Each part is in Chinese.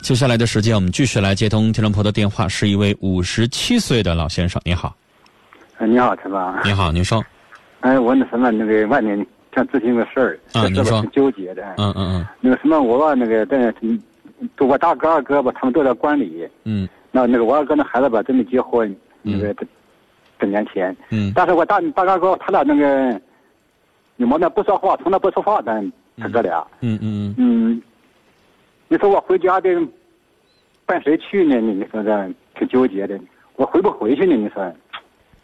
接下来的时间，我们继续来接通听众朋友的电话，是一位五十七岁的老先生。你好，哎，你好，陈芳。你好，您说，哎，我那什么，那个外面想咨询个事儿，啊这您事儿说我挺纠结的。嗯嗯那个什么，我吧，那个在，嗯我大哥二哥吧，他们都在关里。嗯那那个我二哥那孩子吧，真没结婚，那个这这年前。嗯嗯但是我大大哥哥他俩那个，你们那不说话，从来不说话的，他哥俩。嗯嗯嗯，嗯，你说我回家的，奔谁去呢？你你说这挺纠结的，我回不回去呢？你说，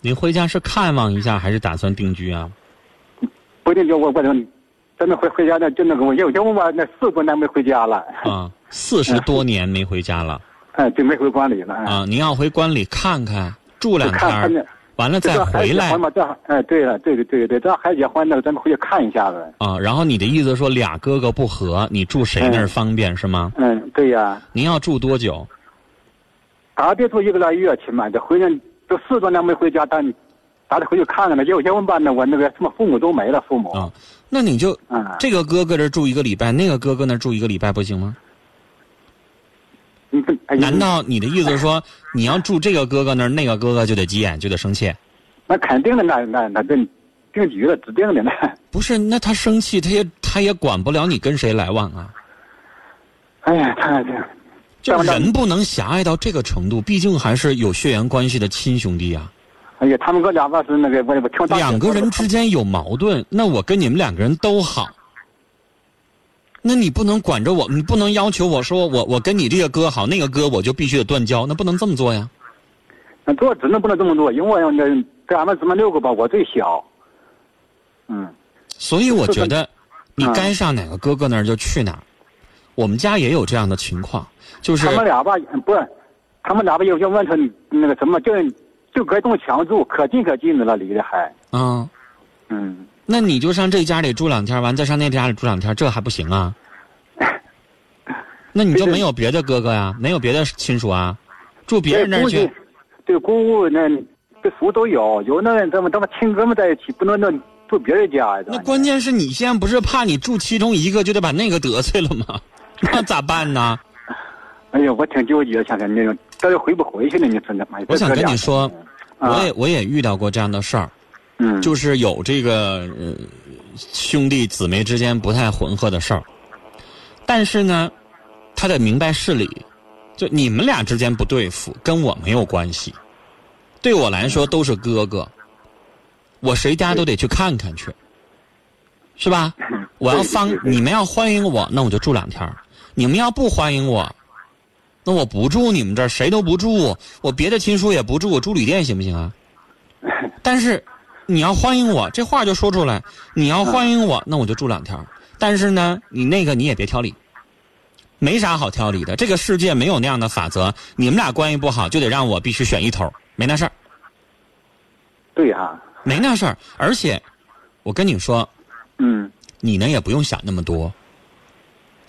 您回家是看望一下，还是打算定居啊？不一定就我我能真的回回家那就那个我因为因为我那四五年没回家了，啊，四十多年没回家了 哎，就没回关里了。哎啊！您要回关里看看，住两就看天他儿们，完了这再这孩回子结来婚吧，这哎，对了，对对对对，这孩子结婚那个咱们回去看一下子。啊。然后你的意思说俩哥哥不和，你住谁那儿方便是吗？嗯，对呀，您要住多久？啊打别住一个来月去嘛，这回来都四多年没回家，但咱得回去看看呢。结结婚吧，那我那个什么父母都没了，父母。啊，那你就嗯这个哥哥这儿住一个礼拜，那个哥哥那儿住一个礼拜不行吗？你这哎难道你的意思是说，你要住这个哥哥那儿，那个哥哥就得急眼，就得生气？那肯定的，那那那定定局了，指定的呢。 不是，那他生气，他也他也管不了你跟谁来往啊。哎呀，他这就当然人不能狭隘到这个程度，毕竟还是有血缘关系的亲兄弟啊。哎呀，他们哥俩吧是那个我我听我大姐两个说人的之间有矛盾，那我跟你们两个人都好。那你不能管着我，你不能要求我说我我跟你这个哥好，那个哥我就必须得断交，那不能这么做呀。那做只能不能这么做，因为我那在俺们姊妹六个吧，我最小。嗯，所以我觉得，你嗯该上哪个哥哥那儿就去哪儿。我们家也有这样的情况，就是他们俩吧嗯不，他们俩吧有些问题那个什么，就就隔一栋墙住，可近可近的了，离得还。嗯，嗯，那你就上这家里住两天，完再上那家里住两天，这还不行啊？那你就没有别的哥哥呀、没有别的亲属啊？住别人那儿姑去姐，对姑姑那这叔都有，有那咱们咱们亲哥们在一起，不能那住别人家呀。那关键是你现在不是怕你住其中一个就得把那个得罪了吗？ 那咋办呢？哎呀，我挺纠结，想想那种，这又回不回去呢？你说那妈呀！我想 这哥跟俩你说，啊我也我也遇到过这样的事儿。嗯，就是有这个、呃、兄弟姊妹之间不太混合的事儿，但是呢，他得明白事理，就你们俩之间不对付，跟我没有关系，对我来说都是哥哥，我谁家都得去看看去，是吧？我要方对对对你们要欢迎我，那我就住两天儿；你们要不欢迎我，那我不住你们这儿，谁都不住，我别的亲属也不住，我住旅店行不 行啊？但是你要欢迎我，这话就说出来，你要欢迎嗯我，那我就住两天儿。但是呢，你那个你也别挑理，没啥好挑理的。这个世界没有那样的法则，你们俩关系不好就得让我必须选一头，没那事儿，对啊，没那事儿。而且我跟你说，嗯，你呢也不用想那么多。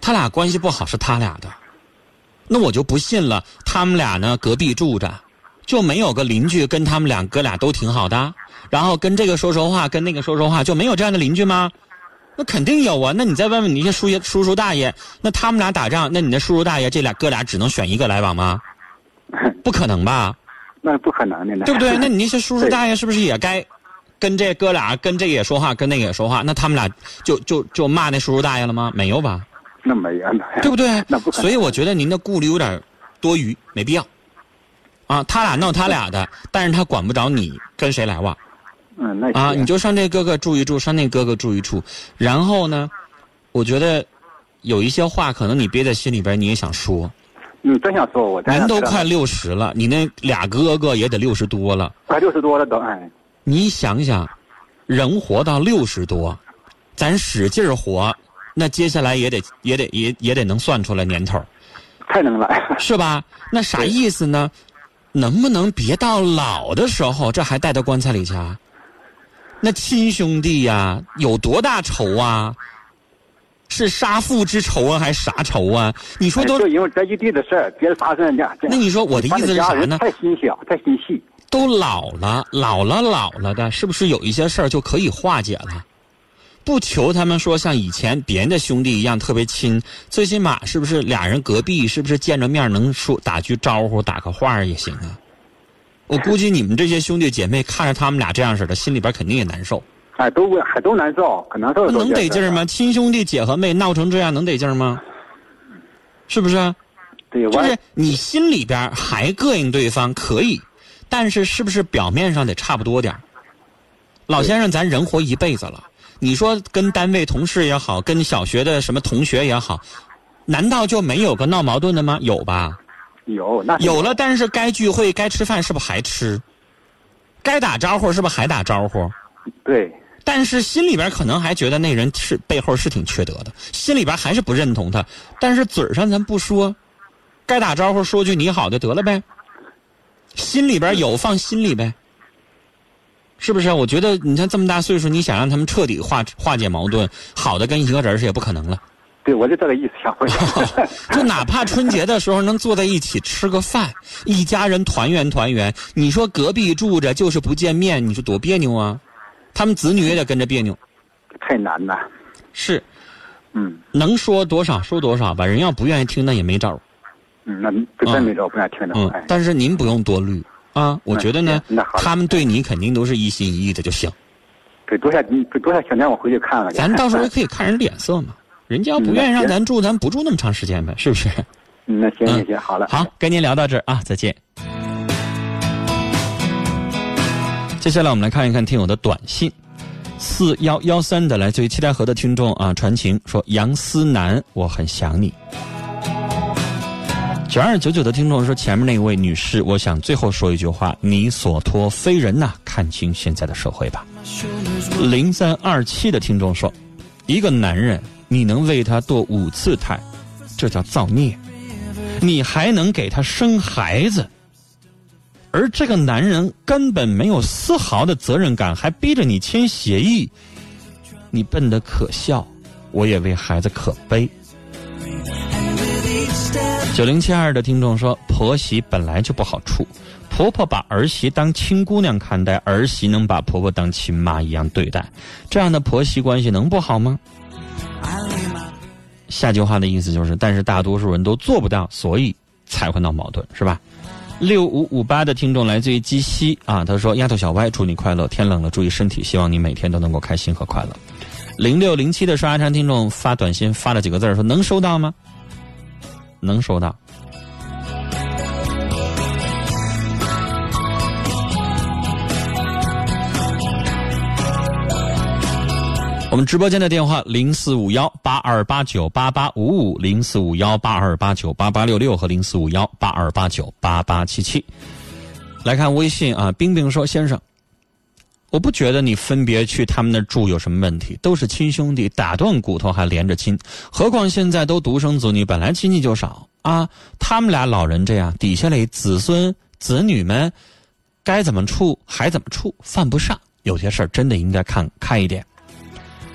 他俩关系不好是他俩的，那我就不信了。他们俩呢隔壁住着，就没有个邻居跟他们俩哥俩都挺好的，然后跟这个说说话，跟那个说说话，就没有这样的邻居吗？那肯定有啊。那你再问问你那些叔爷叔叔大爷，那他们俩打仗，那你的叔叔大爷这俩哥俩只能选一个来往吗？不可能吧？那不可能的 呢。对不 对？那你那些叔叔大爷是不是也该跟这哥俩跟这个也说话，跟那个也说话？那他们俩就就就骂那叔叔大爷了吗？没有吧？那没有，对不对哎那不？可能所以我觉得您的顾虑有点多余，没必要。啊，他俩闹他俩的，但是他管不着你跟谁来往嗯，那啊！行你就上这哥哥住一住，上那哥哥住一住，然后呢，我觉得有一些话可能你憋在心里边，你也想说。嗯，真想说，我真您想都说快六十了，你那俩哥哥也得六十多了。快六十多了都，哎，你想想，人活到六十多，咱使劲儿活，那接下来也得也得也也得能算出来年头儿，太能了，是吧？那啥意思呢？能不能别到老的时候，这还带到棺材里去啊？那亲兄弟呀、有多大仇啊？是杀父之仇啊，还是啥仇啊？你说都就因为这一地的事儿，别的发生家，那你说我的意思是啥家人呢太心小，太心细，都老了，老了老了的，是不是有一些事儿就可以化解了？不求他们说像以前别人的兄弟一样特别亲，最起码是不是俩人隔壁，是不是见着面能说打句招呼、打个话儿也行啊？我估计你们这些兄弟姐妹看着他们俩这样似的，心里边肯定也难受。哎，都问，还都难受，可难那受的时候能得劲儿吗？亲兄弟姐和妹闹成这样，能得劲儿吗？是不是啊？对，就我是你心里边还膈应对方可以，但是是不是表面上得差不多点儿？老先生，咱人活一辈子了，你说跟单位同事也好，跟小学的什么同学也好，难道就没有个闹矛盾的吗？有吧？有那是有了，但是该聚会、该吃饭是不是还吃？该打招呼是不是还打招呼？对但是心里边可能还觉得那人是背后是挺缺德的，心里边还是不认同他，但是嘴上咱不说，该打招呼说句你好就得了呗，心里边有放心里呗，是不是？我觉得你看这么大岁数，你想让他们彻底化化解矛盾，好的跟一个人是也不可能了。对，我就这个意思想问。就哪怕春节的时候能坐在一起吃个饭，一家人团圆团圆。你说隔壁住着就是不见面，你说多别扭啊！他们子女也得跟着别扭。太难了，是，嗯能说多少说多少吧，人要不愿意听那也没招儿。嗯，那这真没招，不愿听嗯了，哎，，但是您不用多虑啊，我觉得呢那好，他们对你肯定都是一心一意的就行。对，多少多少小年我回去看了去，咱到时候也可以看人脸色嘛，人家要不愿意让咱住，咱不住那么长时间呗，是不是？嗯，那行嗯行行，好了，好，跟您聊到这儿啊，再见。接下来我们来看一看听友的短信，四幺幺三的来自于七台河的听众啊，传情说杨思南，我很想你。九二九九的听众说，前面那位女士，我想最后说一句话：你所托非人呐、看清现在的社会吧。零三二七的听众说，一个男人你能为他堕五次胎，这叫造孽。你还能给他生孩子，而这个男人根本没有丝毫的责任感，还逼着你签协议，你笨得可笑，我也为孩子可悲。九零七二的听众说，婆媳本来就不好处，婆婆把儿媳当亲姑娘看待，儿媳能把婆婆当亲妈一样对待，这样的婆媳关系能不好吗？下句话的意思就是，但是大多数人都做不到，所以才会闹矛盾，是吧？六五五八的听众来自于鸡西啊，他说：“丫头小歪，祝你快乐，天冷了注意身体，希望你每天都能够开心和快乐。”零六零七的刷牙禅听众发短信发了几个字儿说：“能收到吗？”能收到。我们直播间的电话零四五幺八二八九八八五五、零四五幺八二八九八八六六和零四五幺八二八九八八七七。来看微信啊，冰冰说：“先生，我不觉得你分别去他们那儿住有什么问题，都是亲兄弟，打断骨头还连着亲，何况现在都独生子女，本来亲戚就少啊。他们俩老人这样，底下嘞子孙子女们该怎么处还怎么处，犯不上。有些事儿真的应该看开一点。”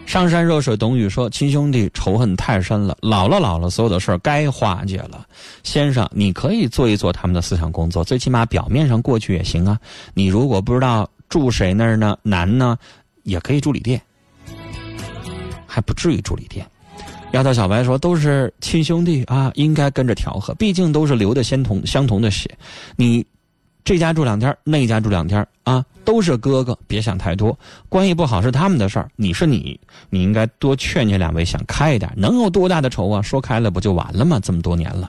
上善若水，董宇说：“亲兄弟仇恨太深了，老了老了，所有的事儿该化解了。先生，你可以做一做他们的思想工作，最起码表面上过去也行啊。你如果不知道住谁那儿呢，难呢，也可以住旅店，还不至于住旅店。”丫头小白说：“都是亲兄弟啊，应该跟着调和，毕竟都是流的相同相同的血。你这家住两天，那家住两天啊，都是哥哥，别想太多。关系不好是他们的事儿，你是你，你应该多劝劝两位，想开一点。能有多大的仇啊？说开了不就完了吗？这么多年了。”